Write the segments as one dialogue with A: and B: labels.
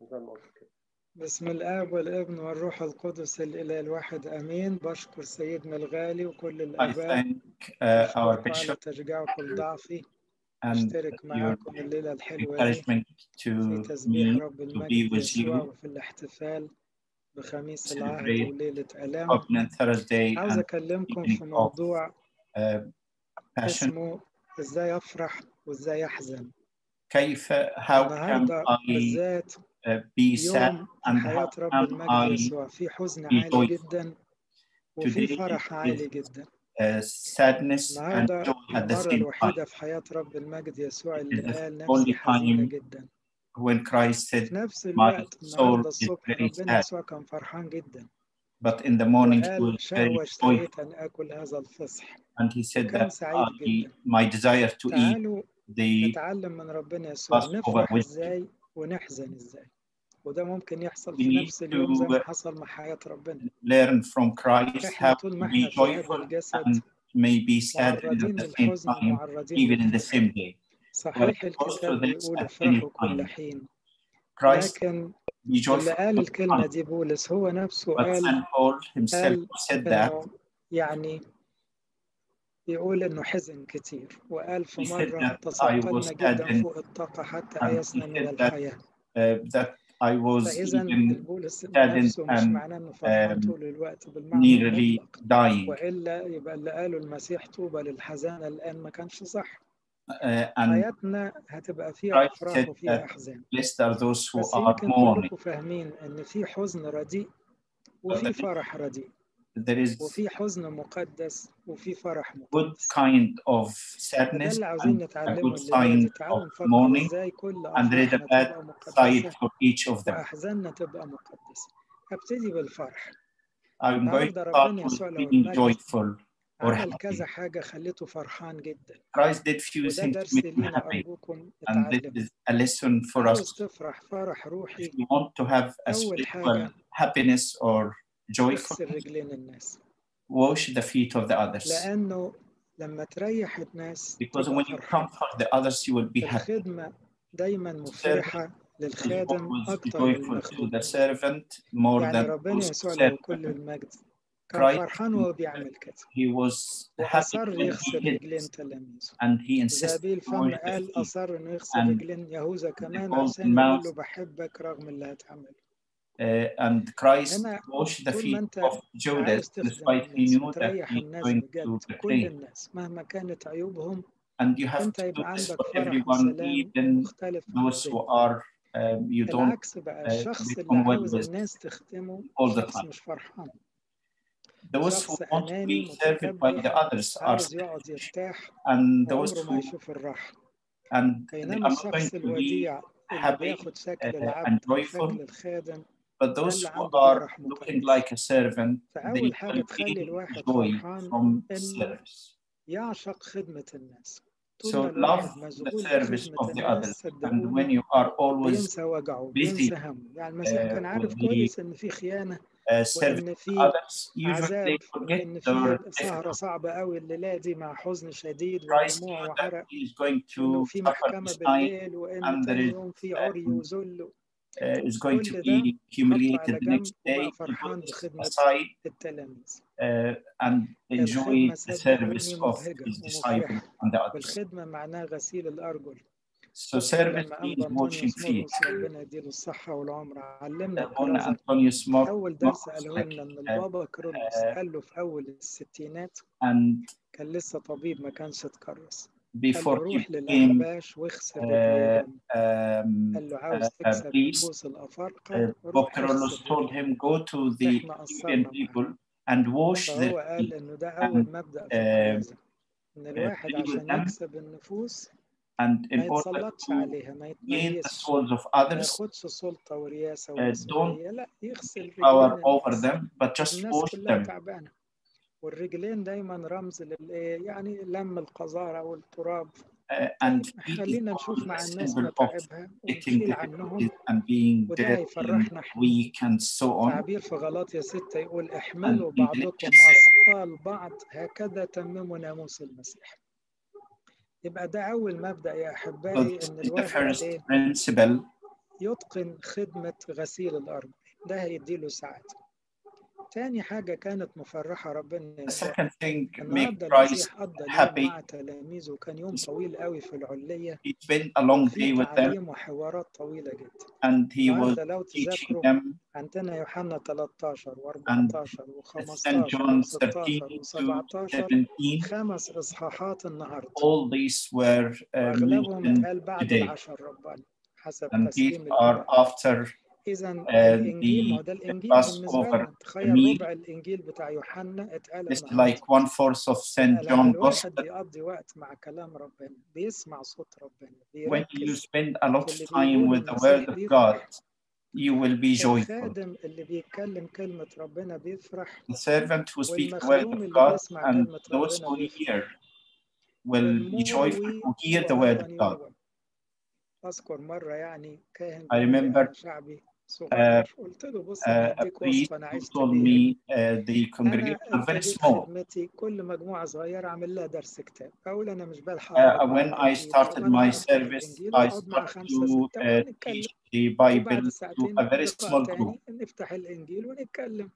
A: زي ما قلت كده
B: بسم الاب والابن والروح القدس الاله الواحد امين بشكر سيدنا الغالي وكل
C: I
B: الاباء
C: thank uh,
B: بشكركم
C: our
B: على
C: bishop
B: تشجيعكم ضعفي
C: and
B: اشترك
C: your
B: معاكم الليله الحلوه دي
C: encouragement
B: في
C: to
B: تسبيح
C: me
B: رب
C: to be
B: المجد
C: with
B: يسوع
C: you
B: وفي الاحتفال بخميس العهد
C: celebrate
B: وليله الام
C: Covenant Thursday
B: عاوز
C: and
B: اكلمكم
C: evening
B: في
C: of
B: موضوع
C: uh, Passion.
B: اسمه ازاي افرح وازاي احزن
C: كيف how can
B: النهارده
C: I
B: بالذات
C: uh, be sad
B: يوم
C: and how
B: حياه رب
C: can
B: المجد
C: I
B: يسوع في حزن
C: be
B: عالي
C: joyful?
B: جدا وفي
C: Today
B: فرح
C: is
B: عالي جدا
C: uh, sadness and
B: النهارده
C: joy at the
B: المره
C: same time.
B: الوحيده في حياه رب المجد يسوع
C: It
B: اللي
C: is the
B: قال نفسي
C: only
B: حزينه
C: time
B: جدا
C: when Christ said,
B: في نفس
C: "My
B: الوقت
C: soul
B: النهارده
C: is
B: الصبح
C: very
B: ربنا
C: sad,"
B: يسوع كان فرحان جدا
C: but in the morning he
B: وقال
C: was very
B: شهوة
C: joyful,
B: اشتهيت أن آكل هذا الفصح
C: and he said
B: وكان
C: that
B: سعيد
C: I,
B: جدا
C: my desire to eat
B: تعالوا
C: the
B: نتعلم من ربنا يسوع
C: Passover
B: نفرح
C: with you.
B: إزاي ونحزن إزاي وده ممكن يحصل
C: We
B: في
C: need
B: نفس اليوم زي
C: to
B: ما حصل مع حياة ربنا
C: learn from Christ
B: إحنا
C: how
B: طول
C: to
B: ما
C: be
B: إحنا في هذا
C: joyful
B: الجسد
C: and may be sad and at
B: معرضين
C: the same
B: للحزن
C: time,
B: ومعرضين
C: even in the
B: للفرح
C: same day. But
B: صحيح
C: also
B: الكتاب
C: this
B: بيقول
C: at any
B: افرحوا كل
C: time.
B: حين
C: Christ
B: لكن
C: be
B: اللي
C: joyful
B: قال
C: all the
B: الكلمة
C: time.
B: دي بولس هو نفسه
C: But
B: قال
C: St. Paul himself
B: قال
C: said that
B: إنه يعني بيقول إنه حزن كتير وقال في
C: he said
B: مرة
C: that I
B: تثقلنا
C: was sad
B: جدا
C: and,
B: فوق الطاقة حتى
C: and
B: أيسنا
C: he
B: من
C: said that
B: الحياة
C: uh, that I was
B: فإذا
C: even
B: البولس
C: saddened
B: نفسه مش
C: and
B: معناه إنه فرحان
C: um,
B: طول الوقت بالمعنى
C: nearly
B: المطلق
C: dying.
B: وإلا يبقى اللي قاله المسيح طوبى للحزانة الآن ما كانش صح
C: Uh, and
B: حياتنا هتبقى فيها
C: Christ
B: أفراح
C: said
B: وفيها
C: that
B: أحزان
C: blessed are those who
B: بس
C: are
B: يمكن
C: mourning.
B: كلكم فاهمين إن في حزن رديء
C: But
B: وفي
C: there is,
B: فرح رديء
C: there is
B: وفي حزن مقدس وفي فرح
C: good
B: مقدس
C: kind of
B: فده
C: sadness
B: اللي عاوزين
C: and a
B: نتعلمه
C: good
B: الليلة دي
C: sign
B: تعالوا
C: of
B: نفكر
C: mourning,
B: ازاي كل
C: and there is a
B: أفراحنا
C: bad
B: تبقى
C: side
B: مقدسة
C: for each of them.
B: وأحزاننا تبقى مقدسة هبتدي بالفرح
C: I'm going to
B: النهاردة
C: start
B: ربنا
C: with
B: يسوع لو
C: being
B: المجد
C: joyful or
B: عمل كذا
C: happy.
B: حاجة خلته فرحان جدا
C: Christ did few
B: وده
C: things to
B: درس
C: make him
B: لينا
C: happy,
B: أرجوكم
C: and this
B: اتعلموا
C: is a lesson for
B: عاوز
C: us.
B: تفرح فرح
C: If
B: روحي
C: you want to have a
B: أول
C: spiritual
B: حاجة
C: happiness or
B: اغسل
C: joyfulness,
B: رجلين الناس
C: wash the feet of the others.
B: لأنه لما تريح الناس
C: Because
B: تبقى
C: when you
B: فرحان
C: comfort the others, you will be happy.
B: الخدمة دايما
C: Serving
B: مفرحة
C: is
B: للخادم
C: always
B: أكتر من
C: joyful to
B: المخدوم
C: the servant more
B: يعني
C: than
B: ربنا
C: those who
B: يسوع
C: serve
B: له كل
C: him.
B: المجد كان
C: Christ,
B: فرحان وهو بيعمل كده
C: he was happy
B: وأصر
C: when
B: يغسل
C: he did
B: رجلين
C: this,
B: تلاميذه
C: and he insisted
B: وذئبي
C: to wash
B: الفم
C: their
B: قال
C: feet.
B: أصر إنه يغسل
C: And
B: رجلين يهوذا
C: the
B: كمان
C: golden
B: عشان يقول
C: mouth,
B: له بحبك رغم اللي هتعمله
C: uh, and Christ
B: هنا
C: washed the
B: طول ما
C: feet
B: أنت
C: of Judas,
B: عاوز تخدم
C: despite he
B: الناس
C: knew that
B: وتريح
C: he's
B: الناس
C: going
B: بجد
C: to
B: كل
C: betray.
B: الناس مهما كانت عيوبهم
C: And you have
B: أنت
C: to do
B: يبقى
C: this
B: عندك
C: for
B: فرح
C: everyone,
B: وسلام
C: even
B: مختلف عن
C: those who
B: الدنيا
C: are um, you don't
B: العكس بقى
C: uh,
B: الشخص اللي
C: become well
B: عاوز
C: with
B: الناس تخدمه
C: all the
B: شخص
C: time.
B: مش فرحان
C: Those who
B: شخص
C: want to
B: أناني
C: be served by the
B: متكبر
C: others are
B: عاوز يقعد
C: selfish,
B: يرتاح
C: and those
B: وعمره ما
C: who
B: يشوف الراحه
C: and they
B: بينما
C: are not going
B: الشخص
C: to be
B: الوديع اللي
C: happy
B: بياخد شكل
C: uh, and
B: العبد
C: joyful,
B: وشكل الخادم
C: but
B: ده
C: those
B: اللي
C: who
B: عنده
C: are
B: فرح
C: looking
B: مقدس
C: like a servant, they
B: طيب. فأول حاجة
C: will
B: تخلي
C: gain
B: الواحد
C: joy
B: فرحان
C: from
B: إنه
C: service.
B: يعشق خدمة الناس طول ما
C: So love
B: الواحد
C: the
B: مشغول
C: service
B: بخدمة
C: of the
B: الناس
C: others, and when
B: صدقوني
C: you are always
B: بينسى وجعه بينسى
C: busy
B: همه يعني المسيح
C: uh,
B: كان
C: with
B: عارف
C: the
B: كويس إن في خيانة
C: uh, service
B: وإن
C: of
B: في
C: others, usually
B: عذاب
C: they forget
B: وإن في
C: their
B: سهرة
C: difficulty.
B: صعبة أوي الليلة دي مع حزن شديد
C: Christ
B: ودموع
C: knew that
B: وعرق
C: he is going
B: وإنه
C: to
B: في
C: suffer
B: محكمة
C: this night,
B: بالليل وإن
C: and there
B: تاني
C: is
B: يوم في عري
C: um,
B: وذل
C: uh, is going to
B: كل ده
C: be
B: حطه على
C: humiliated the
B: جنب
C: next
B: وبقى
C: day. He put
B: فرحان
C: this
B: بخدمة
C: aside
B: التلاميذ
C: uh, and enjoy
B: الخدمة صدقوني
C: the service of
B: مبهجة
C: his disciples
B: ومفرحة
C: and the others.
B: والخدمة معناها غسيل الأرجل
C: So service
B: لما
C: means
B: أنبا
C: washing
B: أنطونيوس
C: feet.
B: مرقس ربنا يديله الصحة والعمر علمنا
C: The one
B: الكرازة
C: Antonius Mark,
B: أول درس
C: Marcus
B: قاله
C: like,
B: لنا إن
C: uh,
B: البابا كرولوس
C: uh,
B: قال له في أول الستينات
C: and
B: كان لسه طبيب ما كانش اتكرس قال
C: before
B: له
C: he
B: روح
C: became
B: للأحباش واغسل
C: uh,
B: رجليهم
C: um,
B: قال له
C: a,
B: عاوز
C: a
B: تكسب
C: priest,
B: نفوس الأفارقة
C: uh, Bob
B: روح اغسل
C: Carolus told
B: رجليهم
C: him, go to the
B: إحنا
C: Indian
B: قصرنا معاه
C: people and wash their
B: فهو قال
C: feet
B: إنه ده أول
C: and
B: مبدأ في
C: uh,
B: الكرازة إن
C: uh,
B: الواحد
C: pray with
B: عشان
C: them.
B: يكسب النفوس
C: And in
B: ما
C: order
B: يتسلطش
C: to
B: عليها ما
C: gain the
B: يتميزش
C: souls of
B: ما
C: others,
B: ياخدش سلطة ورياسة
C: uh, don't
B: ومسؤولية لا يغسل رجلين
C: power over
B: الناس
C: them, but just
B: الناس
C: wash
B: كلها
C: them.
B: تعبانة والرجلين دايما رمز لل يعني لم القذارة والتراب
C: Uh, and
B: طيب
C: feet is
B: خلينا
C: always
B: نشوف
C: a
B: مع الناس
C: symbol of
B: متاعبها
C: getting
B: ونشيل عنهم
C: difficulties and being
B: وده
C: dirty and
B: هيفرحنا احنا
C: weak and so on.
B: تعبير في غلط يا ستة يقول
C: And
B: احملوا
C: in Galatians
B: بعضكم أثقال بعض هكذا تمموا ناموس المسيح يبقى ده أول مبدأ يا
C: 6, so
B: أحبائي إن
C: this is the
B: الواحد
C: first
B: إيه
C: principle
B: يتقن خدمة غسيل الأرجل ده هيديله سعادة تاني حاجة كانت مفرحة ربنا
C: The second thing make
B: النهارده
C: Christ
B: المسيح قضى
C: happy.
B: اليوم مع تلاميذه كان يوم طويل قوي في العلية
C: he spent a long day
B: في
C: with them
B: تعليم وحوارات طويلة جدا
C: and he was
B: النهارده لو
C: teaching
B: تذاكروا
C: them
B: عندنا يوحنا 13
C: And
B: و14
C: St.
B: و15
C: John 13 to
B: و16 و17
C: 17.
B: خمس إصحاحات النهارده
C: All these were uh,
B: واغلبهم
C: mentioned
B: اتقال بعد
C: today.
B: العشر ربنا حسب
C: And these
B: تسليم
C: are
B: الإمام
C: after
B: إذا
C: the
B: آه، الإنجيل ما هو
C: آه،
B: ده الإنجيل بالنسبة
C: Passover
B: لنا تخيل
C: meal.
B: ربع الإنجيل بتاع يوحنا اتقال
C: it's
B: النهارده
C: like one fourth of St.
B: لما
C: John
B: الواحد
C: Gospel.
B: بيقضي وقت مع كلام ربنا بيسمع صوت ربنا
C: When you
B: بيركز
C: spend a lot
B: في اللي
C: of time
B: بيقوله
C: with the
B: المسيح
C: Word of God,
B: بيفرح
C: you will be joyful.
B: الخادم اللي بيتكلم كلمة ربنا بيفرح
C: The servant who speaks the Word
B: والمخدوم
C: of
B: اللي
C: God
B: بيسمع
C: and
B: كلمة
C: those
B: ربنا
C: who
B: بيفرح
C: hear will be joyful
B: والمروي
C: who hear the Word
B: وأيضا
C: of God.
B: يروى أذكر مرة يعني كاهن
C: I
B: بيقول لي
C: remember
B: أنا شعبي صغير قلت له بص أنا
C: Uh, a
B: هديك
C: priest
B: وصفة أنا
C: who
B: عشت
C: told
B: بيها
C: me uh, the congregation
B: أنا
C: are very
B: ابتديت
C: small.
B: خدمتي كل مجموعة صغيرة أعمل لها درس كتاب أقول أنا مش بلحق
C: Uh,
B: أقعد مع
C: when I
B: الإنجيل أو
C: started
B: أنا
C: my
B: هقطع
C: service,
B: الإنجيل
C: I
B: وأقعد مع
C: started
B: خمسة
C: to
B: ستة
C: uh,
B: وهنتكلم
C: teach the
B: وبعد
C: Bible to a
B: ساعتين
C: very
B: لقاء
C: small group,
B: تاني نفتح الإنجيل ونتكلم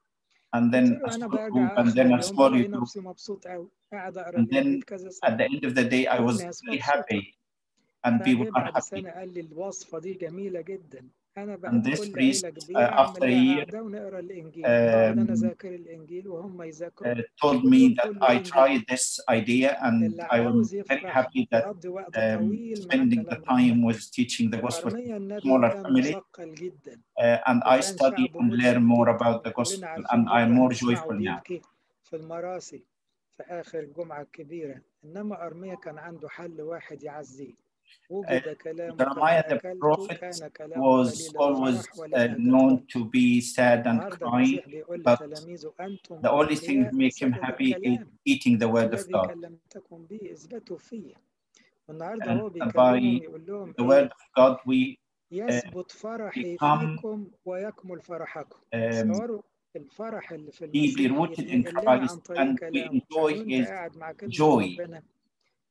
C: and
B: قلت
C: then a
B: له أنا
C: small group,
B: برجع
C: and
B: آخر اليوم
C: then a smaller
B: بلاقي
C: group.
B: نفسي مبسوط أوي قاعد أقرأ
C: And
B: الإنجيل
C: then
B: كذا ساعة
C: at the end of the day, I was
B: والناس
C: very
B: مبسوطة
C: happy, and
B: بعدين
C: people are
B: بعد
C: happy.
B: سنة قال لي الوصفة دي جميلة جدا أنا بقى
C: And this
B: كل
C: priest,
B: عيلة
C: uh,
B: كبيرة أعمل
C: after a
B: لها
C: year,
B: قعدة ونقرأ الإنجيل نقعد أنا
C: um,
B: أذاكر الإنجيل وهم
C: uh,
B: يذاكروا
C: told
B: واليوم
C: me that
B: كله
C: I
B: إنجيل
C: tried this idea, and
B: اللي
C: I was
B: عاوز
C: very
B: يفرح
C: happy that
B: يقضي وقت
C: um,
B: طويل مع
C: spending the
B: كلام ربنا
C: time was teaching the gospel to
B: أرميا النبي
C: smaller
B: كان
C: family.
B: مثقل جدا
C: uh, and I
B: وكان
C: study
B: شعبه
C: and learn
B: ملهم
C: more
B: جدا
C: about the
B: وكلنا
C: gospel,
B: عارفين
C: and I'm
B: بكرة
C: more
B: هنسمعه
C: joyful now.
B: بيبكي في المراسي في آخر الجمعة الكبيرة إنما أرميا كان عنده حل واحد يعزيه
C: Uh,
B: وجد كلامك
C: Jeremiah
B: لما
C: the
B: أكلت
C: prophet
B: كان كلامك
C: was
B: لي
C: always
B: للفرح ولي
C: uh, known
B: أجبتهم
C: to be sad and
B: النهاردة
C: crying,
B: المسيح بيقول
C: but
B: لتلاميذه أنتم
C: the only thing that
B: أغنياء
C: make him
B: بسبب
C: happy is
B: الكلام
C: eating the word of
B: الذي
C: God.
B: كلمتكم به اثبتوا فيه والنهارده
C: And
B: هو بيكلمهم
C: by
B: يقول لهم
C: the word
B: ايه
C: of God, we uh,
B: يثبت فرحي
C: become
B: فيكم ويكمل فرحكم
C: um,
B: تصوروا الفرح اللي في
C: deeply
B: المسيح
C: rooted in
B: يتنقل لنا
C: Christ,
B: عن طريق
C: and we
B: كلامه يعني
C: enjoy
B: وانت
C: his
B: قاعد مع كلمة
C: joy
B: ربنا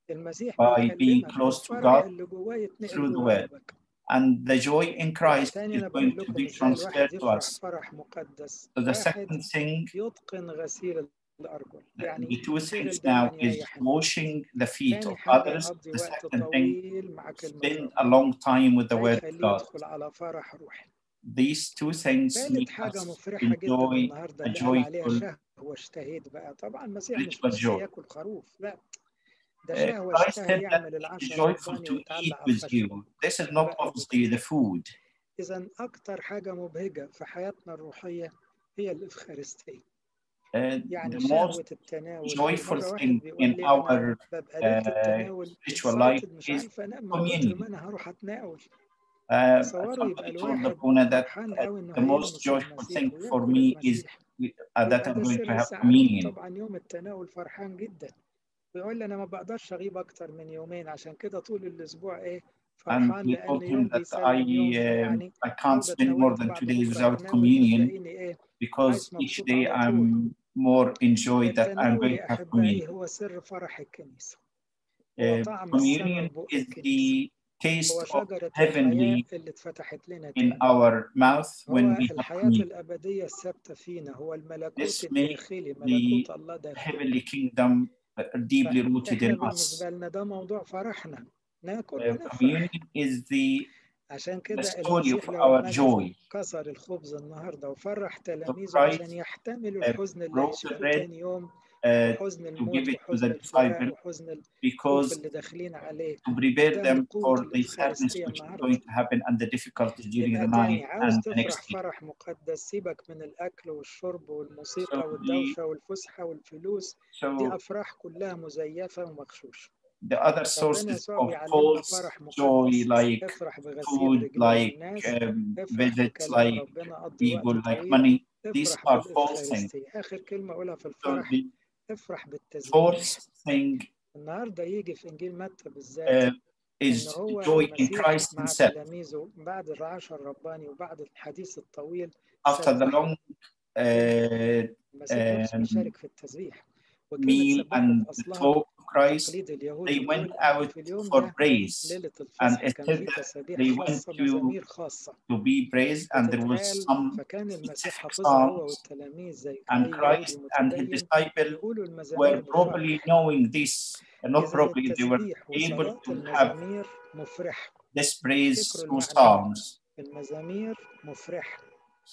B: المسيح
C: by being
B: بيكلمك
C: close to
B: والفرح
C: God
B: اللي جواه يتنقل
C: through the
B: جوه
C: word.
B: قلبك
C: And the joy in Christ
B: التاني
C: is
B: انا بقول
C: going to
B: لكم
C: be
B: ازاي
C: transferred
B: الواحد يفرح
C: to us.
B: فرح مقدس
C: The
B: واحد
C: second thing,
B: يتقن غسيل الارجل
C: the
B: يعني
C: the two
B: يشتغل
C: things now
B: بمن
C: is
B: يريح النفس
C: washing the feet
B: تاني
C: of
B: حاجة
C: others.
B: يقضي
C: The
B: وقت
C: second thing,
B: طويل مع كلمة
C: spend a
B: ربنا
C: long time with the Word of
B: هيخليه
C: God.
B: يدخل على فرح روحي
C: These two things
B: ثالث
C: make
B: حاجة
C: us
B: مفرحة جدا
C: enjoy
B: النهاردة
C: a
B: اللي قال عليها
C: joyful
B: شهوة اشتهيت بقى طبعا المسيح مش
C: spiritual
B: بس
C: joy.
B: ياكل خروف لا ده
C: Uh,
B: شهوة
C: Christ
B: اشتهى
C: said that
B: يعمل
C: it's
B: العشاء
C: joyful
B: رباني
C: to eat
B: ويتعلق على
C: with
B: الخشبة
C: you. This is not
B: وبقى
C: obviously
B: بيدخل
C: the food.
B: إذا أكتر حاجة مبهجة في حياتنا الروحية هي الإفخارستية
C: Uh,
B: يعني
C: the most
B: شهوة التناول في
C: joyful
B: مرة واحد
C: thing
B: بيقول
C: in
B: لي أنا
C: our
B: ببقى ليلة
C: uh,
B: التناول
C: spiritual life
B: excited مش
C: is
B: عارف أنام من كتر ما
C: communion.
B: أنا هروح أتناول
C: Uh,
B: تصوروا يبقى
C: somebody told
B: الواحد
C: Abuna that
B: فرحان
C: uh,
B: قوي إنه
C: the
B: هيلمس
C: most joyful
B: المسيح
C: thing for
B: وياكل
C: me is
B: المسيح
C: uh, that
B: يبقى
C: I'm
B: ده سر
C: going to have
B: سعادته
C: communion.
B: طبعا يوم التناول فرحان جدا بيقول لي أنا ما بقدرش أغيب أكتر من يومين عشان كده طول الأسبوع إيه
C: And
B: فرحان
C: we
B: لأن
C: told
B: يوم
C: him that I
B: بيسلم يوم
C: um,
B: فيعني
C: I
B: لو
C: can't
B: ده
C: spend more
B: اتناولت
C: than two
B: بعد
C: days
B: بكرة
C: without
B: هتناول
C: communion
B: هتلاقيني إيه
C: because
B: عايز
C: each
B: مبسوط
C: day
B: على طول
C: I'm more enjoyed that I'm
B: التناول
C: going to
B: يا
C: have communion.
B: أحبائي هو سر فرح الكنيسة هو
C: Uh,
B: طعم السماء في
C: communion
B: بق
C: is
B: الكنيسة
C: the taste
B: هو
C: of
B: شجرة الحياة
C: heavenly
B: اللي اتفتحت لنا
C: in
B: تاني
C: our mouth when
B: هو
C: we have
B: الحياة
C: communion.
B: الأبدية الثابتة فينا هو الملكوت
C: This makes
B: الداخلي
C: the
B: ملكوت الله داخلنا
C: heavenly kingdom uh, deeply rooted
B: فإحنا
C: in us.
B: بالنسبة لنا ده موضوع فرحنا ناكل
C: Uh,
B: ونفرح
C: communion is the
B: عشان
C: the
B: كده
C: story of
B: المسيح لو
C: our
B: المجد
C: joy.
B: كسر الخبز النهاردة وفرح
C: So
B: تلاميذه عشان
C: Christ
B: يحتملوا
C: uh,
B: الحزن اللي
C: broke the
B: هيشوفوه
C: bread
B: تاني يوم
C: uh,
B: وحزن
C: to give
B: الموت
C: it to the
B: وحزن الفراق
C: disciples
B: وحزن الخوف
C: because
B: اللي داخلين عليه
C: to prepare
B: ده من
C: them
B: قوة
C: for the sadness
B: الإفخارستية
C: which is
B: النهاردة
C: going to happen and the difficulties during the
B: يبقى
C: night
B: تاني عاوز
C: and the
B: تفرح
C: next day.
B: فرح مقدس سيبك من الأكل والشرب
C: So
B: والموسيقى
C: the
B: والدوشة والفسحة والفلوس دي
C: so
B: أفراح كلها مزيفة ومغشوشة
C: the other
B: ربنا
C: sources
B: يسوع
C: of
B: بيعلمنا
C: false
B: فرح
C: joy
B: مقدس
C: like
B: افرح بغسيل
C: food,
B: رجلين
C: like
B: الناس
C: um,
B: افرح
C: visits,
B: بكلام
C: like
B: ربنا قضي وقت
C: people, like
B: طويل
C: money. These
B: افرح
C: are false things.
B: بالإفخارستية آخر كلمة أقولها في
C: So
B: الفرح
C: the
B: افرح بالتزميل
C: false thing
B: النهارده يجي في إنجيل متى بالذات
C: uh,
B: إن
C: is
B: هو
C: joy in
B: المسيح
C: Christ
B: مع
C: Himself.
B: تلاميذه بعد العشاء الرباني وبعد الحديث الطويل
C: After the
B: سبحوا
C: long uh,
B: المسيح نفسه
C: um,
B: بيشارك في التسبيح وكانت
C: meal and
B: سببت
C: the
B: أصلها
C: talk of Christ,
B: تقليد اليهود
C: they
B: الأول
C: went
B: أن
C: out
B: في اليوم
C: for
B: ده
C: praise,
B: ليلة
C: and
B: الفصح كان
C: instead
B: في
C: they
B: تسابيح
C: went
B: خاصة
C: to-
B: مزامير خاصة
C: to be praised, and there was
B: بتتقال
C: some
B: فكان المسيح
C: specific
B: حافظها هو
C: psalms.
B: والتلاميذ زي
C: And
B: كاي يهودي
C: Christ and his
B: متدين
C: disciples
B: يقولوا
C: were
B: المزامير بفرح
C: probably knowing this, not
B: إذا
C: probably, they were
B: التسبيح
C: able
B: وصلاة
C: to have
B: المزامير مفرحة
C: this praise
B: ذكر
C: through
B: المعلم.
C: psalms.
B: المزامير مفرحة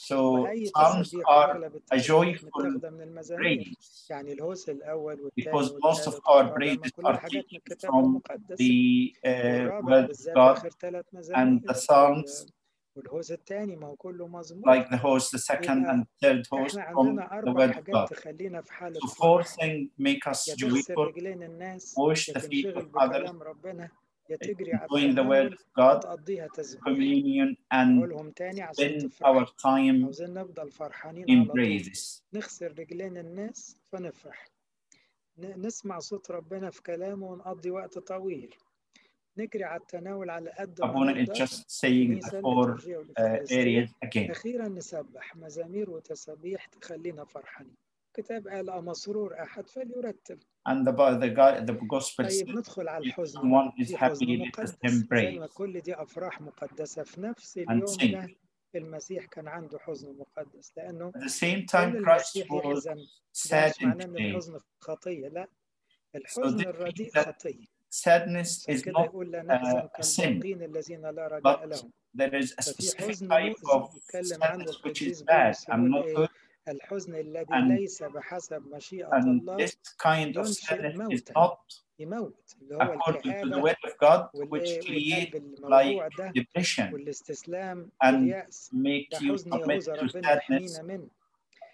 C: So
B: وأي
C: psalms
B: تسبيح
C: are
B: وأغلب
C: joyful
B: التسابيح متاخدة من المزامير
C: praise
B: يعني الهوس الأول والثاني
C: because most of
B: والثالث
C: our
B: والرابع ما
C: praises
B: كل
C: are
B: حاجات من
C: taken
B: الكتاب
C: from
B: المقدس
C: the uh,
B: والرابع
C: word of
B: بالذات
C: God
B: آخر ثلاث
C: and
B: مزامير
C: the psalms,
B: والهوز الثاني ما هو كله مزمور
C: like the host, the second
B: يبقى
C: and third host
B: احنا
C: from
B: عندنا
C: the
B: أربع
C: word of
B: حاجات
C: God.
B: تخلينا في حالة
C: So four
B: فرح
C: things make us
B: يا تغسل
C: joyful,
B: رجلين الناس
C: wash
B: يا
C: the feet of
B: تنشغل
C: others,
B: بكلام ربنا يا تجري على
C: doing the word
B: التأمل
C: of God,
B: وتقضيها تسبيح
C: communion, and
B: نقولهم تاني عشان
C: spend
B: تفرحوا
C: our time
B: عاوزين نفضل فرحانين
C: in
B: على طول
C: praises.
B: نغسل رجلين الناس فنفرح ن- نسمع صوت ربنا في كلامه ونقضي وقت طويل نجري على التناول على قد ما
C: Abuna is
B: نقدر
C: just saying the
B: ميزان
C: four
B: للتشجيع
C: uh,
B: والإفخارستية
C: areas again.
B: أخيرا نسبح مزامير وتسابيح تخلينا فرحانين كتاب قال أما سرور أحد فليرتب
C: And the Bi- the, God, the gospel says
B: طيب ندخل على
C: if
B: الحزن بقى
C: someone is
B: في حزن
C: happy, let us him
B: مقدس زي
C: praise
B: ما كل دي أفراح مقدسة في نفس
C: and
B: اليوم
C: sing.
B: ده المسيح كان عنده حزن مقدس لأنه
C: At the
B: كون
C: same time, Christ
B: المسيح
C: was
B: يحزن ده مش
C: saddened
B: معناه إن
C: today.
B: الحزن خطية لا
C: So
B: الحزن
C: this means
B: الرديء
C: that
B: خطية
C: sadness
B: عشان
C: is
B: كده
C: not
B: يقول لا
C: uh,
B: نحزن
C: a sin,
B: كالباقين الذين لا رجاء
C: but
B: لهم
C: there is a
B: ففي
C: specific
B: حزن
C: type
B: مؤذي
C: of
B: يتكلم عنه
C: sadness which
B: القديس
C: is
B: بولس
C: bad and
B: يقول
C: not
B: ايه
C: good,
B: الحزن الذي
C: and
B: ليس بحسب مشيئة
C: and
B: الله
C: this kind of
B: ينشئ
C: sadness is
B: موتا
C: not
B: يموت اللي هو
C: according to the
B: الكآبة
C: word of God, which
B: والايه والقلب
C: creates like
B: الموجوع ده
C: depression
B: والاستسلام
C: and
B: واليأس
C: make
B: ده
C: you
B: حزن
C: submit
B: يهوذا
C: to
B: ربنا
C: sadness
B: يحمينا منه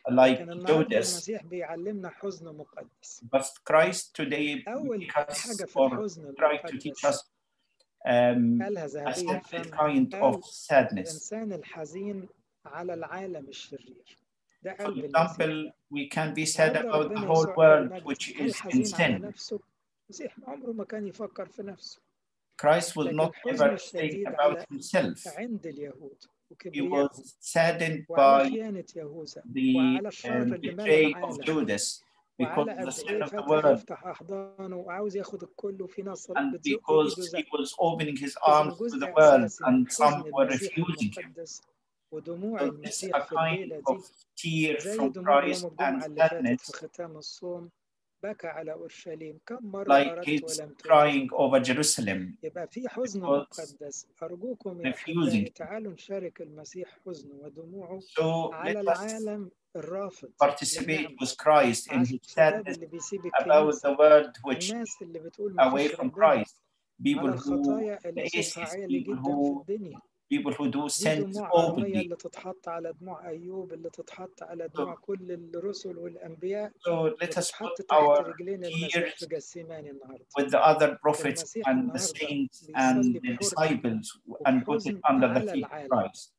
C: like
B: لكن النهارده
C: Judas.
B: المسيح بيعلمنا حزن مقدس
C: But Christ today
B: أول
C: make
B: حاجة
C: us
B: في
C: or
B: الحزن
C: try to teach
B: المقدس
C: us um,
B: قالها
C: a
B: ذهبي
C: separate
B: الفم
C: kind of
B: قال
C: sadness.
B: الإنسان الحزين على العالم الشرير ده
C: For
B: قلب المسيح
C: example, we can be sad
B: النهارده
C: about
B: ربنا
C: the whole
B: يسوع قال
C: world
B: للمجد
C: which
B: هل
C: is in
B: حزين على
C: sin.
B: نفسه؟ المسيح عمره ما كان يفكر في نفسه
C: Christ was
B: لكن
C: not
B: حزنه
C: ever think
B: الشديد
C: about
B: على
C: himself.
B: عند اليهود
C: He
B: وكبريائهم
C: was saddened
B: وعلى
C: by
B: خيانة يهوذا
C: the
B: وعلى الشر
C: um,
B: اللي مال
C: betrayal of
B: العالم
C: Judas because
B: وعلى
C: the
B: قد
C: sin
B: إيه
C: of the
B: فتح
C: world
B: يفتح أحضانه وعاوز ياخد الكل وفي ناس
C: and
B: بتزقه بإيده
C: because
B: زق
C: he was opening his
B: إذا
C: arms to the
B: جزء
C: world
B: أساسي من
C: and some
B: حزن
C: were
B: المسيح
C: refusing him.
B: المقدس ودموع
C: So this is
B: المسيح
C: a
B: في
C: kind
B: الليلة
C: of
B: دي
C: tear
B: زي
C: from
B: دموع يوم
C: Christ
B: الجمعة
C: and
B: اللي فاتت في
C: sadness,
B: ختام الصوم بكى على أورشليم كم مرة
C: like
B: أردت
C: kids
B: ولم تجد
C: crying over Jerusalem
B: يبقى في حزن
C: because
B: مقدس أرجوكم يا
C: refusing
B: أحبائي
C: him.
B: تعالوا نشارك المسيح حزنه ودموعه
C: So let
B: على
C: us
B: العالم الرافض
C: participate
B: للنعمة
C: with Christ in his
B: على الشباب
C: sadness
B: اللي بيسيب
C: about
B: الكنيسة
C: the world
B: على
C: which
B: الناس اللي بتقول
C: away
B: مفيش
C: from
B: ربنا
C: Christ, people
B: على
C: who
B: الخطايا
C: the
B: اللي صوتها
C: atheists,
B: عالي
C: people
B: جدا في
C: who
B: الدنيا
C: people who do
B: دي
C: sins
B: دموع عارية
C: openly.
B: اللي تتحط على دموع أيوب اللي تتحط على
C: So
B: دموع كل الرسل والأنبياء
C: So let us put
B: وتتحط تحت
C: our
B: رجلين المسيح
C: tears
B: في جسيماني النهارده
C: with the other prophets
B: المسيح
C: and the
B: النهارده
C: saints
B: بيصلي
C: and the
B: بحرقة
C: disciples and put it
B: وبحزن
C: under the
B: على
C: feet of
B: العالم
C: Christ.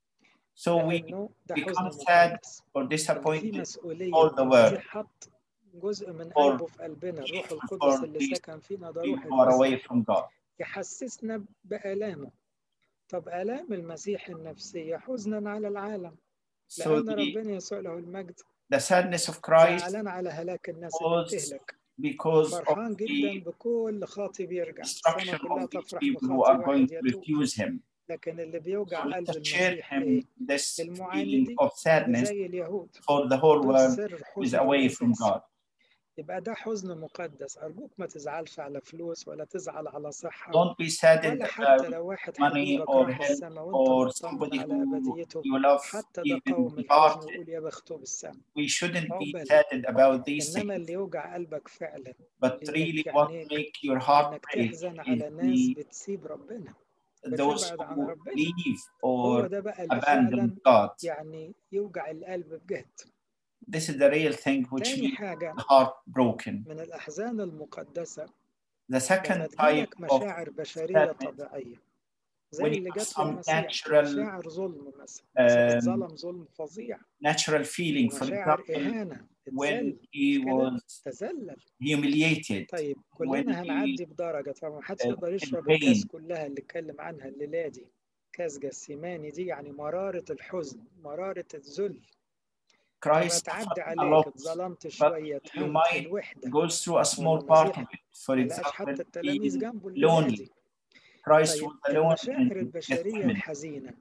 C: So we
B: لأنه ده حزن
C: become sad
B: مقدس
C: or
B: لأن في
C: disappointed all
B: مسؤولية
C: the world
B: المسيح حط جزء من
C: or
B: قلبه في قلبنا الروح
C: joyful
B: القدس
C: for
B: اللي
C: these
B: سكن فينا ده روح
C: people who are away
B: المسيح
C: from God.
B: يحسسنا بآلامه طب آلام المسيح النفسية حزنا على العالم
C: So
B: لأن
C: the,
B: ربنا يسوع له المجد
C: the sadness of Christ
B: زعلان على هلاك الناس اللي
C: was
B: بتهلك
C: because of
B: فرحان جدا
C: the
B: بكل خاطي بيرجع السنة
C: destruction
B: كلها
C: of these
B: تفرح
C: people who
B: بخاطي
C: are going
B: واحد
C: to
B: يتوب
C: refuse him.
B: لكن اللي
C: So
B: بيوجع
C: let
B: قلب
C: us share
B: المسيح إيه؟
C: him this feeling
B: المعاندين
C: of
B: اللي
C: sadness
B: زي اليهود
C: for the whole
B: دول
C: world
B: سر
C: who is
B: حزنه
C: away from
B: الأساسي
C: God.
B: يبقى ده حزن مقدس أرجوك ما تزعلش على فلوس ولا تزعل على صحة
C: Don't be saddened
B: ولا حتى
C: about
B: لو واحد
C: money
B: حبيبك
C: or
B: راح
C: help
B: السما وانت
C: or
B: مطمن
C: somebody
B: على
C: who
B: أبديته
C: you love,
B: حتى ده
C: even
B: قوم الحزن
C: departed.
B: ويقول يا بخته بالسما
C: We shouldn't be
B: عقبالك
C: saddened about these
B: إنما
C: things,
B: اللي يوجع قلبك فعلا
C: but
B: اللي
C: really
B: يبكي
C: what
B: عينيك
C: make your heart
B: إنك
C: break
B: تحزن
C: is
B: على ناس
C: the
B: بتسيب ربنا
C: those
B: بتبعد عن
C: who
B: ربنا
C: leave
B: هو
C: or
B: ده بقى اللي
C: abandon
B: فعلا
C: God.
B: يعني يوجع القلب بجد
C: This is the real thing which
B: تاني
C: leaves
B: حاجة
C: the heart broken.
B: من الأحزان المقدسة
C: The
B: لما
C: second type
B: تجيلك
C: of
B: مشاعر بشرية
C: sadness
B: طبيعية
C: when
B: زي
C: you
B: اللي
C: have
B: جات
C: some
B: للمسيح
C: natural
B: مشاعر ظلم مثلا المسيح
C: um,
B: اتظلم ظلم فظيع
C: natural feeling. For
B: ومشاعر
C: example,
B: إهانة
C: when
B: اتذل مش
C: he
B: كده
C: was
B: تذلل
C: humiliated,
B: طيب
C: when
B: كلنا
C: he
B: هنعدي بدرجة طبعا محدش
C: uh,
B: يقدر
C: in
B: يشرب الكاس
C: pain,
B: كلها اللي اتكلم عنها الليلة دي كاس جسيماني دي يعني مرارة الحزن مرارة الذل
C: Christ
B: بتعدي
C: suffered a
B: عليك
C: lot,
B: اتظلمت
C: but
B: شوية
C: you
B: تحاول في
C: might
B: الوحدة
C: go through a small part of
B: والنصيحة
C: it. For
B: ملقاش
C: example,
B: حتى التلاميذ
C: being
B: جنبه اللي
C: lonely.
B: نادي
C: Christ
B: طيب
C: was alone
B: المشاعر
C: in
B: البشرية
C: Gethsemane.
B: الحزينة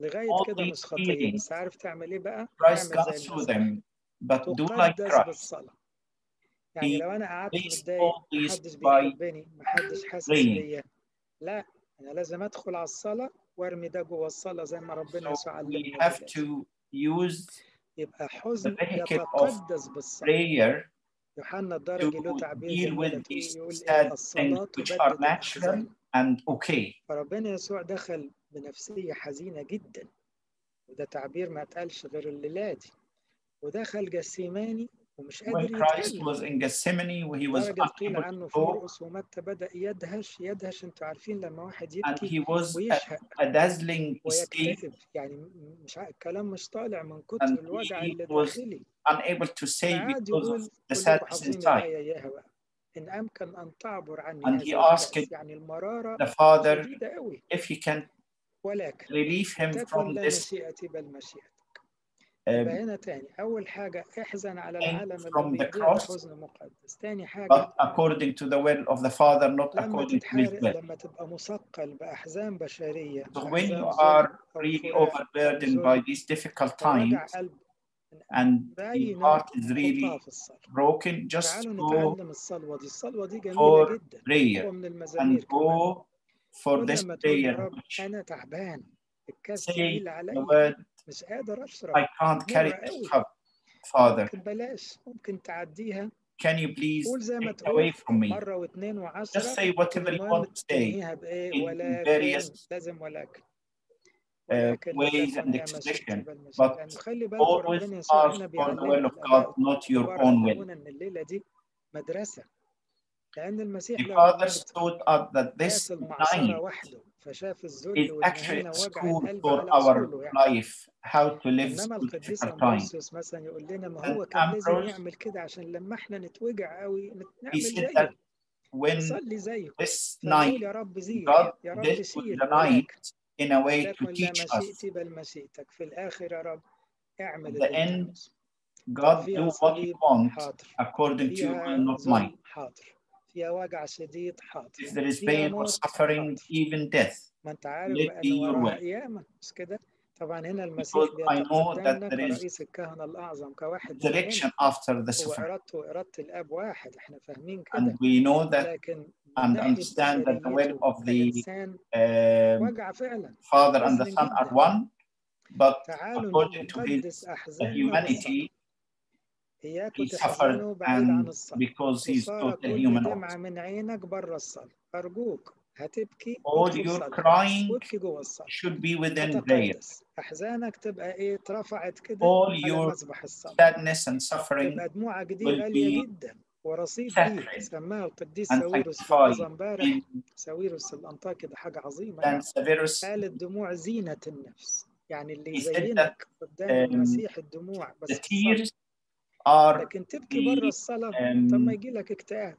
B: لغاية
C: All
B: كده
C: these
B: مش خطية
C: feelings,
B: بس عارف تعمل ايه بقى
C: Christ
B: اعمل زي
C: goes through
B: المسيح
C: them, but do like
B: تقدس
C: Christ.
B: بالصلاة يعني
C: He
B: لو انا قعدت
C: faced
B: متضايق
C: all these
B: محدش
C: by
B: بيحبني محدش حاسس
C: praying.
B: بيا لا انا لازم ادخل على الصلاة وارمي ده جوه الصلاة زي ما ربنا
C: So
B: يسوع
C: we
B: علمنا
C: have
B: دلوقتي
C: to use
B: يبقى
C: the
B: حزن
C: vehicle of
B: يتقدس بالصلاة
C: prayer
B: يوحنا
C: to
B: الدرجي له تعبير
C: deal
B: جميل
C: with
B: لكن
C: these
B: يقول ايه
C: sad things
B: الصلاة
C: which are
B: تبدد
C: natural
B: الأحزان
C: and okay.
B: فربنا يسوع دخل بنفسية حزينة جدا وده تعبير ما اتقالش غير الليلة دي ودخل جسيماني ومش
C: When
B: قادر
C: Christ
B: يتكلم
C: was in Gethsemane, he was
B: لدرجة قيل
C: unable to
B: عنه
C: talk
B: فرقص ومتى بدأ يدهش يدهش انتوا عارفين لما واحد
C: and
B: يبكي
C: he was at
B: ويشهق
C: a dazzling state
B: ويكتئب يعني م- مش ع- الكلام مش طالع من
C: and
B: كتر الوجع
C: he
B: اللي
C: was
B: داخلي
C: unable to say
B: فقعد
C: because of
B: يقول
C: the
B: كلكم
C: sadness
B: حافظين
C: inside.
B: الآية ياها بقى إن أمكن أن تعبر عني
C: And he
B: هذه
C: asked
B: الكأس يعني المرارة
C: the Father
B: شديدة قوي
C: if he can
B: ولكن
C: relieve him
B: تكن
C: from
B: لا
C: this
B: مشيئتي بل مشيئتك يبقى
C: um,
B: هنا تاني أول حاجة احزن على
C: pain
B: العالم اللي
C: from the
B: بيضيع
C: cross,
B: بحزن مقدس تاني حاجة
C: but according to the will of the Father, not
B: لما
C: according to his
B: تتحرق
C: will.
B: لما تبقى مثقل بأحزان بشرية
C: So when you
B: أحزان ظلم
C: are
B: أو
C: really
B: فراق أو
C: overburdened by
B: ذل
C: these difficult
B: أو وجع
C: times
B: قلب
C: and your
B: بأي نوع
C: heart is
B: حطها
C: really
B: في الصلاة
C: broken, just
B: تعالوا
C: go
B: نتعلم الصلوة دي الصلوة دي جميلة
C: for
B: جدا
C: prayer
B: حلوة من المزامير
C: and
B: كمان
C: go for
B: كل
C: this
B: ما تقول يا
C: prayer
B: رب
C: which
B: أنا تعبان الكاس
C: say
B: تقيل
C: the
B: عليا
C: word,
B: مش قادر أشرب
C: I can't carry
B: مرة قوي
C: this cup, Father.
B: ممكن بلاش ممكن تعديها
C: Can you please
B: قول زي ما
C: take
B: تقول
C: away from me?
B: مرة واتنين
C: Just
B: وعشرة
C: say whatever you
B: المهم
C: want to say
B: تنهيها بإيه
C: in
B: ولكن
C: various
B: لازم ولكن
C: uh,
B: ولكن لا
C: ways
B: تكن
C: and
B: يا مشيئتي
C: expression,
B: بل مشيئتك
C: but
B: لأن يعني خلي بالكم
C: always
B: ربنا يسوع
C: ask
B: هنا
C: for the
B: بيعلمنا
C: will of God,
B: الآباء
C: not your
B: والكبار
C: own will.
B: علمونا إن الليلة دي مدرسة لأن المسيح
C: The
B: لو
C: fathers
B: لاحظت
C: taught us that
B: داس
C: this
B: المعصرة
C: night
B: وحده فشاف
C: is
B: الذل
C: actually
B: والمهانة
C: a
B: وجعت
C: school
B: قلب
C: for
B: على
C: our
B: أصوله يعني
C: life, how to live
B: إنما
C: through
B: القديس
C: difficult times.
B: أمبروسيوس مثلا يقول لنا ما
C: And
B: هو كان لازم
C: Ambrose,
B: يعمل كده عشان لما إحنا نتوجع قوي نت-
C: he
B: نعمل
C: said that
B: زيه
C: when
B: نصلي زيه
C: this
B: فنقول
C: night,
B: يا رب زيح
C: God
B: يا رب
C: dealt with
B: شيل
C: the night
B: ولكن
C: in a way to
B: ولكن لا
C: teach us.
B: مشيئتي بل مشيئتك في الآخر يا رب
C: At
B: اعمل اللي
C: the
B: أنت
C: end,
B: عاوزه طب
C: God
B: فيها
C: do what you
B: صليب
C: want
B: حاضر
C: according to your will,
B: فيها
C: not mine.
B: ظلم حاضر فيها وجع شديد حاضر
C: If there is
B: فيها
C: pain or
B: موت
C: suffering,
B: حاضر
C: even death,
B: ما انت عارف
C: let
B: بقى
C: be
B: ان
C: your
B: وراها
C: will.
B: قيامة مش كده طبعا هنا
C: Because
B: المسيح
C: I
B: بيقف
C: know that
B: قدامنا
C: there is
B: كرئيس الكهنة الأعظم كواحد مننا
C: resurrection after the
B: هو
C: suffering.
B: إرادته وإرادة الآب واحد احنا فاهمين
C: And
B: كده
C: we know that
B: لكن من
C: and
B: ناحية
C: understand that the will
B: بشريته
C: of the
B: كإنسان
C: um,
B: وجع فعلا
C: Father and the
B: حزن
C: Son are
B: جدا
C: one, but
B: تعالوا
C: according to his
B: نقدس أحزاننا بالصلاة
C: humanity,
B: إياكوا
C: he suffered
B: تحزنوا بعيد عن
C: and
B: الصلاة
C: because he is
B: وصار
C: total
B: كل
C: human
B: دمعة
C: also.
B: من عينك بره الصلاة أرجوك هتبكي
C: All
B: ادخل
C: your
B: صلي
C: crying
B: وابكي جوه الصلاة
C: should be within prayer.
B: تتقدس أحزانك تبقى إيه اترفعت كده
C: All
B: على
C: your
B: مذبح الصلاة
C: sadness and suffering
B: تبقى دموعك دي
C: will
B: غالية
C: be
B: جدا ورصيد ليك
C: sacred
B: سماها القديس
C: and
B: ساويروس في
C: sanctified
B: وعظة امبارح
C: in
B: ساويروس الأنطاكي ده حاجة عظيمة
C: and
B: يعني
C: Severus.
B: قال الدموع زينة النفس يعني اللي
C: He said that
B: يزينك قدام
C: um,
B: المسيح الدموع
C: the
B: بس في الصلاة
C: tears are
B: لكن تبكي بره
C: the
B: الصلاة طب ما
C: um,
B: يجي لك اكتئاب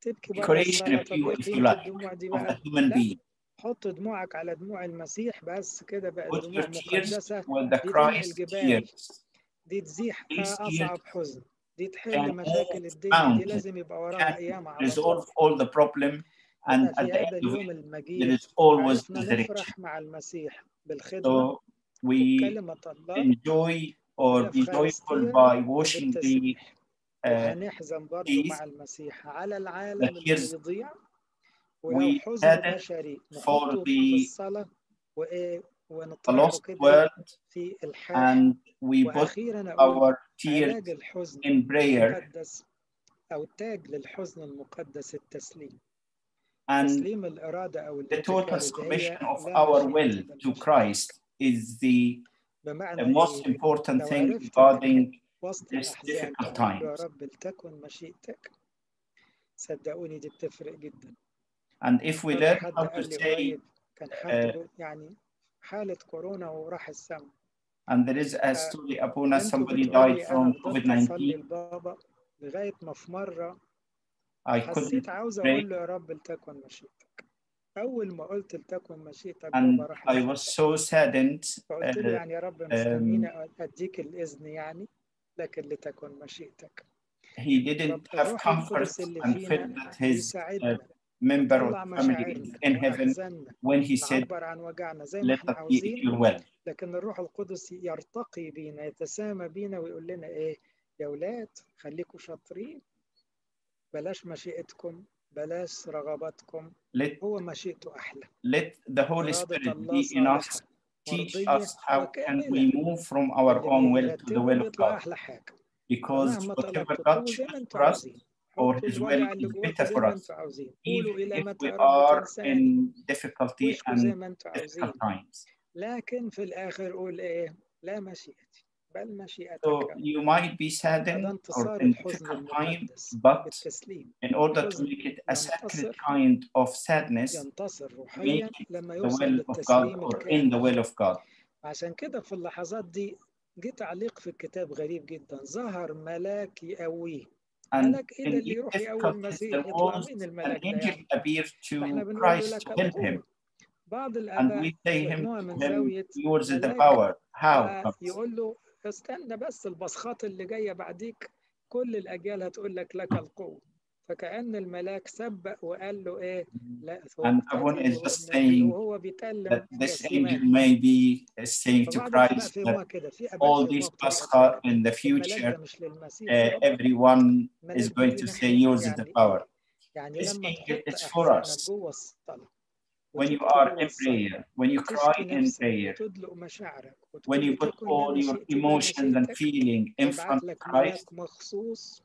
B: تبكي بره
C: decoration,
B: الصلاة
C: if
B: طب
C: you
B: ايه
C: if you
B: قيمة الدموع
C: like,
B: دي
C: of the
B: بقى
C: human
B: لا
C: being.
B: حط دموعك على دموع المسيح بس كده بقت
C: Put your
B: دموع
C: tears
B: مقدسة
C: with the
B: دي تنقل
C: Christ
B: جبال
C: tears.
B: دي تزيح
C: These tears
B: أصعب حزن دي تحل
C: can move
B: مشاكل الدنيا دي
C: mountains,
B: لازم يبقى وراها
C: can
B: قيامة على طول
C: resolve all the problem, and
B: يبقى
C: at
B: في هذا
C: the end of it,
B: اليوم
C: there
B: المجيد
C: is always
B: عرفنا
C: resurrection.
B: نفرح مع المسيح بالخدمة
C: So we
B: وبكلمة الله
C: enjoy or be joyful
B: بالأفخارستيا
C: by washing the
B: وبالتسبيح
C: uh,
B: وهنحزن برضو
C: tears,
B: مع المسيح على
C: the
B: العالم اللي
C: tears
B: بيضيع ولو
C: we
B: حزن
C: had
B: بشري
C: for
B: نحطه في
C: the
B: الصلاة وإيه
C: the
B: ونطرحه
C: lost
B: كده إيه
C: world
B: في الحاح
C: and we put
B: وأخيرا أقول
C: our tears
B: علاج الحزن
C: in prayer
B: المقدس أو تاج للحزن المقدس التسليم
C: and
B: تسليم الإرادة أو
C: the total
B: الاتكال اللي
C: submission
B: هي
C: of
B: لا
C: our
B: مشيئتي بل
C: will to
B: مشيئتك
C: Christ is the
B: بمعنى
C: most
B: إيه؟
C: important
B: لو عرفت
C: thing
B: إنك
C: regarding
B: وسط
C: this
B: الأحزان تقول
C: difficult
B: له يا
C: times.
B: رب لتكن مشيئتك صدقوني دي بتفرق جدا
C: And if we
B: مرة
C: learn how
B: حد
C: to
B: قال لي
C: say,
B: قريب كان حد
C: uh,
B: له يعني حالة كورونا وراح السما
C: and there is a story upon
B: فبنته
C: us, somebody
B: بتقول
C: died
B: لي أنا
C: from COVID
B: فضلت أصلي
C: 19.
B: لبابا لغاية ما في مرة
C: I couldn't
B: حسيت عاوز
C: pray.
B: أقول له يا رب لتكن مشيئتك أول ما قلت لتكن مشيئتك
C: and
B: بابا راح
C: I
B: ناحية
C: was so saddened.
B: فقلت له
C: uh,
B: يعني يا رب مستنيني أديك الإذن يعني لكن لتكن مشيئتك
C: He
B: رب
C: didn't have
B: الروح
C: comfort
B: القدس اللي
C: and felt
B: فينا
C: that his
B: يساعدنا
C: member
B: يطلع
C: of the family is
B: مشاعرنا
C: in heaven
B: وأحزاننا
C: when he said,
B: نعبر عن وجعنا زي ما
C: Let
B: احنا
C: us be
B: عاوزين
C: equal well.
B: لكن الروح القدس يرتقي بينا يتسامى بينا ويقول لنا ايه يا ولاد خليكم شاطرين بلاش مشيئتكم بلاش رغباتكم
C: Let,
B: هو مشيئته احلى
C: let the Holy
B: إرادة
C: Spirit
B: الله
C: be in us,
B: صالحة
C: teach
B: مرضية
C: us how can we
B: وكاملة
C: move from our own
B: اللي
C: will to the
B: بيرتبه
C: will of
B: بيطلع
C: God.
B: أحلى حاجة
C: Because
B: مهما طلبتوا
C: whatever God
B: قولوا زي ما
C: chooses
B: أنتوا
C: for us,
B: عاوزين
C: or
B: حطوا
C: His will
B: الورقة اللي
C: is
B: جواكوا
C: better
B: زي
C: for
B: ما
C: أنتوا,
B: أنتوا عاوزين قولوا
C: even
B: إلى
C: if
B: متى
C: we
B: يا رب
C: are
B: تنساني
C: in difficulty
B: وشكوا زي
C: and
B: ما أنتوا
C: difficult
B: عاوزين
C: times.
B: لكن في الآخر قول إيه لا مشيئتي بل مشيئتك
C: So
B: يا رب
C: you might
B: فده
C: be saddened or
B: انتصار
C: in
B: الحزن
C: difficult time,
B: المقدس
C: but
B: بالتسليم
C: in order to
B: الحزن
C: make it a sacred
B: ينتصر
C: kind of sadness,
B: ينتصر
C: make
B: روحيا
C: it
B: لما
C: the
B: يوصل
C: will of God
B: للتسليم
C: or in the
B: الكامل
C: will of God.
B: عشان كده في اللحظات دي جه تعليق في الكتاب غريب جدا ظهر ملاك يقويه
C: And
B: ملاك ايه ده
C: in
B: اللي
C: each
B: يروح يقوي
C: difficulties,
B: المسيح
C: there
B: يطلع
C: was
B: مين
C: an
B: الملاك ده
C: angel
B: يعني
C: appeared
B: فاحنا
C: to
B: بنقول له
C: Christ
B: لك
C: to help him,
B: قوم بعض
C: and
B: الآباء
C: we say him
B: فهموها من
C: to him
B: زاوية
C: towards the
B: ملاك
C: power. How?
B: بقى
C: But
B: آه، يقول له استنى بس البصخات اللي جاية بعديك كل الأجيال هتقول لك لك القوة فكأن الملاك سبق وقال له إيه لا هو
C: and everyone
B: بيتقلب وهو
C: is just
B: بنبي
C: saying
B: وهو
C: that
B: بيتألم يا
C: this angel
B: سليمان
C: may be saying to
B: فبعض الآباء
C: Christ that
B: فهموها كده في آباء
C: all these
B: فهموها بطريقة تانية
C: Pascha in the
B: الملاك
C: future
B: ده مش للمسيح
C: uh,
B: يا رب
C: everyone is
B: الملاك ده
C: going to
B: لينا
C: say
B: احنا
C: use the
B: يعني إيه
C: power.
B: يعني
C: This
B: لما
C: angel
B: تحط
C: is for
B: أحزانك
C: us
B: جوه الصلاة
C: when you
B: وتبكي
C: are
B: جوه
C: in
B: الصلاة
C: prayer, when you cry
B: وتشفي
C: in
B: نفسك
C: prayer,
B: وتدلق مشاعرك
C: when
B: وتقول
C: you put
B: لتكن لا
C: all your
B: مشيئتي بل
C: emotions and
B: مشيئتك
C: feeling in
B: هيبعت
C: front of
B: لك
C: Christ,
B: ملاك مخصوص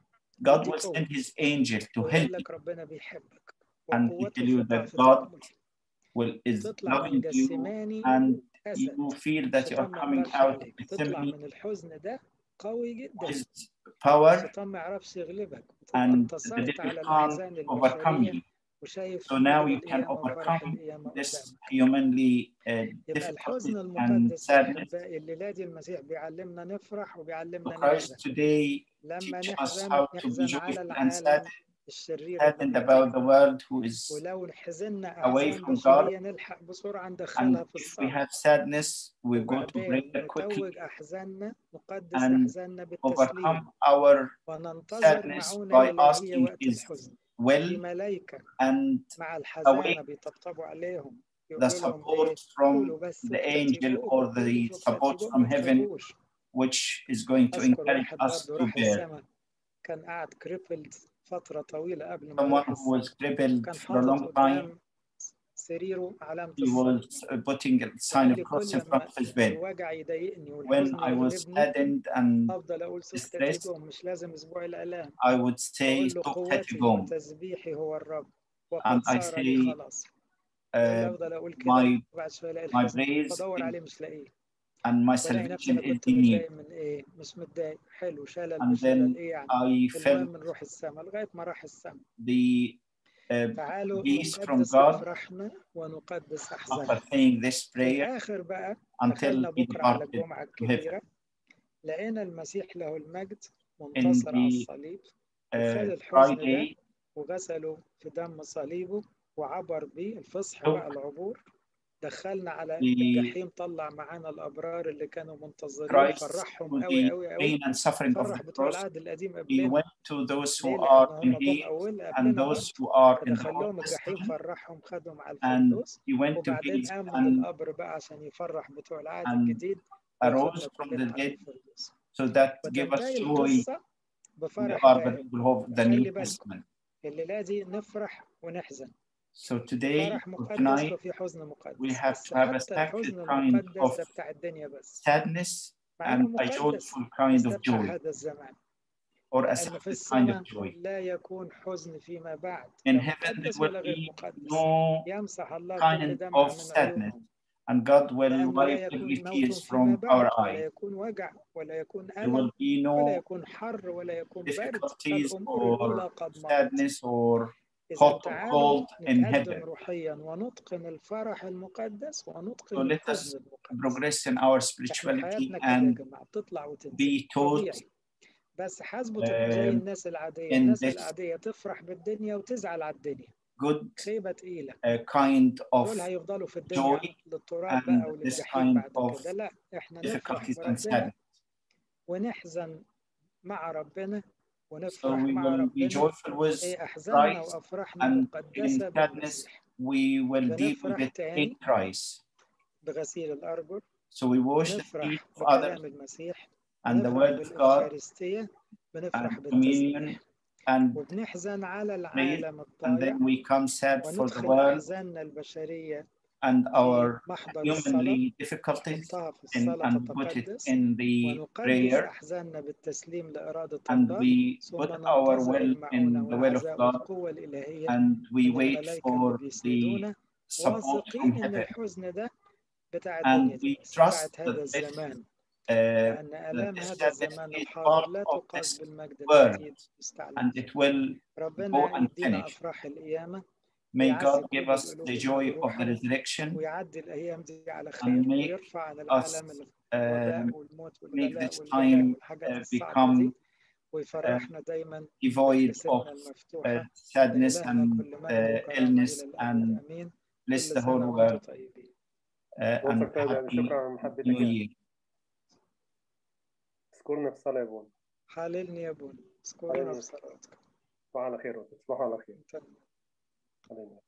C: God
B: يديك
C: will
B: قوة
C: send his angel to help
B: ويقول
C: you
B: لك ربنا بيحبك
C: and he
B: وقوته
C: tell
B: في
C: you
B: ضعفتك
C: that God
B: قوته
C: will is
B: تطلع من
C: loving you
B: جسيماني
C: and
B: أسد
C: you feel that you are
B: الشيطان ما
C: coming
B: يقدرش
C: out
B: عليك
C: with
B: تطلع
C: him
B: من الحزن ده قوي جدا
C: with power
B: الشيطان ما يعرفش يغلبك وتبقى
C: and the
B: انتصرت
C: devil
B: على
C: can't
B: الأحزان
C: overcome
B: البشرية
C: you.
B: وشايف
C: So now
B: نور
C: you can
B: القيامة وفرح
C: overcome
B: القيامة
C: this
B: قدامك
C: humanly uh,
B: يبقى الحزن
C: difficulties and
B: المقدس
C: sadness.
B: أحبائي الليلة المسيح بيعلمنا نفرح
C: So
B: وبيعلمنا نحزن
C: Christ today
B: لما
C: teach us
B: نحزن
C: how to be
B: نحزن على
C: joyful and sad,
B: العالم الشرير اللي
C: saddened about the
B: بيتبعنا
C: world who is
B: ولو حزنا أحزان
C: away from God.
B: بشرية نلحق بسرعة
C: And
B: ندخلها في
C: if we
B: الصلاة
C: have sadness, we go to
B: وبعدين
C: prayer quickly
B: نتوج أحزاننا نقدس
C: and
B: أحزاننا بالتسليم
C: overcome our
B: وننتظر
C: sadness
B: معونة
C: by
B: إلهية
C: asking
B: وقت
C: His
B: الحزن
C: will
B: في ملايكة
C: and
B: مع
C: await
B: الحزانة بيطبطبوا عليهم
C: the
B: يقولوا لهم إيه
C: support from
B: قولوا بس
C: the
B: وترتجوهم
C: angel or
B: قولوا
C: the support
B: وترتجوهم
C: from
B: ما
C: heaven,
B: تخافوش
C: which is going to
B: أذكر
C: encourage
B: واحد
C: us
B: برضه
C: to
B: راح
C: bear.
B: السماء كان قاعد crippled فترة طويلة قبل ما
C: Someone
B: يروح
C: who was
B: السماء
C: crippled
B: وكان
C: for a
B: حاطط
C: long time,
B: قدام سريره علامة
C: he
B: الصليب
C: was putting a sign
B: وقال
C: of
B: لي
C: cross
B: كل
C: in front
B: لما
C: of his bed.
B: الوجع يضايقني
C: When
B: والحزن
C: I was
B: يغلبني
C: saddened and
B: أفضل أقول سكتة
C: distressed,
B: تجوم مش لازم أسبوع الآلام
C: I would say
B: أقول له
C: Sokta
B: قوتي
C: Gom,
B: وتسبيحي هو الرب
C: and
B: وقد
C: I
B: صار لي
C: say
B: خلاص ولا
C: uh,
B: أفضل أقول كده
C: my
B: وبعد شوية ألاقي
C: my
B: الحزن
C: praise
B: بدور
C: is,
B: عليه مش لاقيه
C: and my
B: وألاقي نفسي
C: salvation
B: أنا
C: is
B: كنت
C: in you.
B: متضايق من إيه مش متضايق حلو شلل
C: And
B: مش شلل
C: then
B: إيه يعني
C: I felt
B: المهم نروح السما لغاية ما راح السما
C: the uh,
B: تعالوا
C: peace from
B: نقدس
C: God
B: أفراحنا ونقدس
C: after
B: أحزاننا
C: saying
B: في
C: this prayer
B: الآخر بقى
C: until
B: دخلنا
C: he
B: بكرة على
C: departed
B: الجمعة
C: to heaven.
B: الكبيرة لقينا المسيح له المجد
C: In
B: منتصر على
C: the
B: الصليب
C: uh,
B: وخد الحزن ده
C: Friday,
B: وغسله في دم صليبه وعبر بيه الفصح
C: took
B: بقى العبور دخلنا على
C: the
B: الجحيم طلع معانا الأبرار اللي كانوا منتظرين
C: Christ
B: فرحهم
C: through
B: قوي
C: the
B: قوي قوي
C: pain and suffering of the
B: فرح بتوع
C: cross.
B: العهد القديم
C: He
B: قبلنا
C: went to those
B: ليه
C: who
B: لأن
C: are in
B: هم جم
C: He
B: أول
C: and
B: قبلنا برضه
C: those who are in the Old
B: فدخلهم الجحيم
C: Testament,
B: فرحهم خدهم على
C: and
B: الفردوس
C: He went to
B: وبعدين
C: Hades
B: قام من
C: and
B: القبر بقى عشان يفرح بتوع العهد
C: and
B: الجديد وياخدنا
C: arose from the
B: كلنا على
C: dead.
B: الفردوس
C: So that give us
B: وتنتهي
C: joy.
B: القصة
C: We
B: بفرح
C: are the
B: دائم
C: people of the
B: خلي
C: New
B: بالكم
C: Testament.
B: الليلة دي نفرح ونحزن
C: So today
B: فرح
C: or
B: مقدس
C: tonight,
B: وفي حزن
C: we
B: مقدس
C: have
B: بس
C: to have a
B: حتى
C: sacred
B: الحزن
C: kind
B: المقدس
C: of
B: ده بتاع الدنيا بس
C: sadness
B: مع
C: and
B: انه
C: a
B: مقدس
C: joyful kind of
B: استبقى
C: joy
B: هذا الزمان
C: or a
B: لأنه في
C: sacred kind of
B: السماء
C: joy.
B: لا يكون حزن فيما بعد
C: In
B: لا
C: heaven, there
B: مقدس
C: will
B: ولا غير
C: be
B: مقدس
C: no
B: يمسح الله كل
C: kind
B: دمعة
C: of
B: من
C: sadness,
B: عيونهم
C: and God will
B: لأنه لا
C: wipe
B: يكون
C: every
B: موت
C: tears
B: فيما
C: from
B: بعد
C: our
B: ولا
C: eyes.
B: يكون وجع ولا يكون
C: There
B: ألم
C: will be
B: ولا
C: no
B: يكون حر ولا يكون برد
C: difficulties
B: فالأمور الأولى
C: or
B: قد مضت
C: sadness or
B: إذا
C: hot or
B: تعالوا
C: cold in
B: نتقدم
C: heaven.
B: روحيا ونتقن الفرح المقدس
C: So
B: ونتقن
C: let
B: الحزن
C: us
B: المقدس
C: progress in our
B: احنا
C: spirituality
B: حياتنا كده يا
C: and
B: جماعة بتطلع وتنزل
C: be taught
B: طبيعي بس حاسبه تبقوا زي
C: um,
B: الناس العادية
C: in
B: الناس
C: this
B: العادية تفرح بالدنيا وتزعل على الدنيا
C: good,
B: خيبة تقيلة
C: uh, kind of
B: دول هيفضلوا في الدنيا
C: joy
B: للتراب
C: and
B: بقى
C: this
B: وللجحيم
C: kind
B: بعد
C: of
B: كده لا احنا نفرح
C: difficulties and
B: بربنا
C: sadness.
B: ونحزن مع ربنا
C: So
B: ونفرح
C: we
B: مع
C: will be
B: ربنا
C: joyful with
B: ايه احزاننا
C: Christ
B: وافراحنا
C: and in
B: مقدسة
C: sadness
B: بالمسيح
C: we will deal with
B: بنفرح
C: it in
B: تاني
C: Christ.
B: بغسيل الارجل
C: So we wash the feet
B: بنفرح
C: of others
B: بكلام المسيح
C: and the
B: بنفرح
C: word of God
B: بالإفخارستية
C: and
B: بنفرح بالتسبيح
C: communion and
B: وبنحزن على
C: prayer
B: العالم
C: and
B: الطايع
C: then we come sad for the
B: وندخل
C: world
B: أحزاننا البشرية
C: and
B: في
C: our
B: محضر الصلاة
C: humanly difficulties
B: نحطها في
C: and,
B: الصلاة
C: and put it
B: تتقدس
C: in the
B: ونقدس
C: prayer
B: أحزاننا بالتسليم لإرادة
C: and
B: الله
C: we put
B: ثم
C: our
B: ننتظر
C: will
B: المعونة
C: in the will of
B: والعزاء
C: God
B: والقوة الإلهية
C: and we
B: من
C: wait
B: الملائكة اللي
C: for the
B: بيسندونا
C: support from
B: واثقين إن
C: heaven
B: الحزن ده بتاع
C: and
B: الدنيا دي
C: we
B: بس بتاعة
C: trust
B: هذا
C: that this
B: الزمان
C: uh,
B: لأن
C: that
B: آلام
C: this
B: هذا
C: sadness
B: الزمان
C: is
B: الحاضر
C: part
B: لا
C: of
B: تقاس
C: this
B: بالمجد
C: world
B: الأكيد
C: and
B: المستعلن
C: it will go
B: ربنا يدينا
C: unfinished.
B: أفراح القيامة
C: May
B: ويعزي
C: God give
B: كل
C: us
B: القلوب
C: the joy of the
B: المجروحة
C: resurrection um,
B: ويعدي الأيام دي على
C: and
B: خير
C: make
B: ويرفع عن
C: us
B: العالم الوباء
C: um,
B: والموت
C: make
B: والبلاء
C: this
B: والوباء
C: time
B: والحاجات
C: uh,
B: الصعبة دي
C: become uh,
B: ويفرحنا دايما
C: devoid of
B: بكنيستنا
C: uh,
B: المفتوحة
C: sadness
B: لإلهنا كل
C: and
B: مجد
C: uh,
B: وكرامة إلى
C: illness
B: الأبد
C: and
B: أمين
C: bless
B: كل
C: the whole
B: سنة وأنتم
C: world
B: طيبين
C: uh, and
A: وقتك طيب يا أبي
C: happy
A: شكرا على
C: New
A: محبتك يا أبي
C: Year.
A: اذكرنا في الصلاة يا بون
B: حللني يا بني اذكرنا
A: علينا
B: بصلاتكم
A: تصبحوا على خير وتصبحوا على خير
B: انت
A: علينا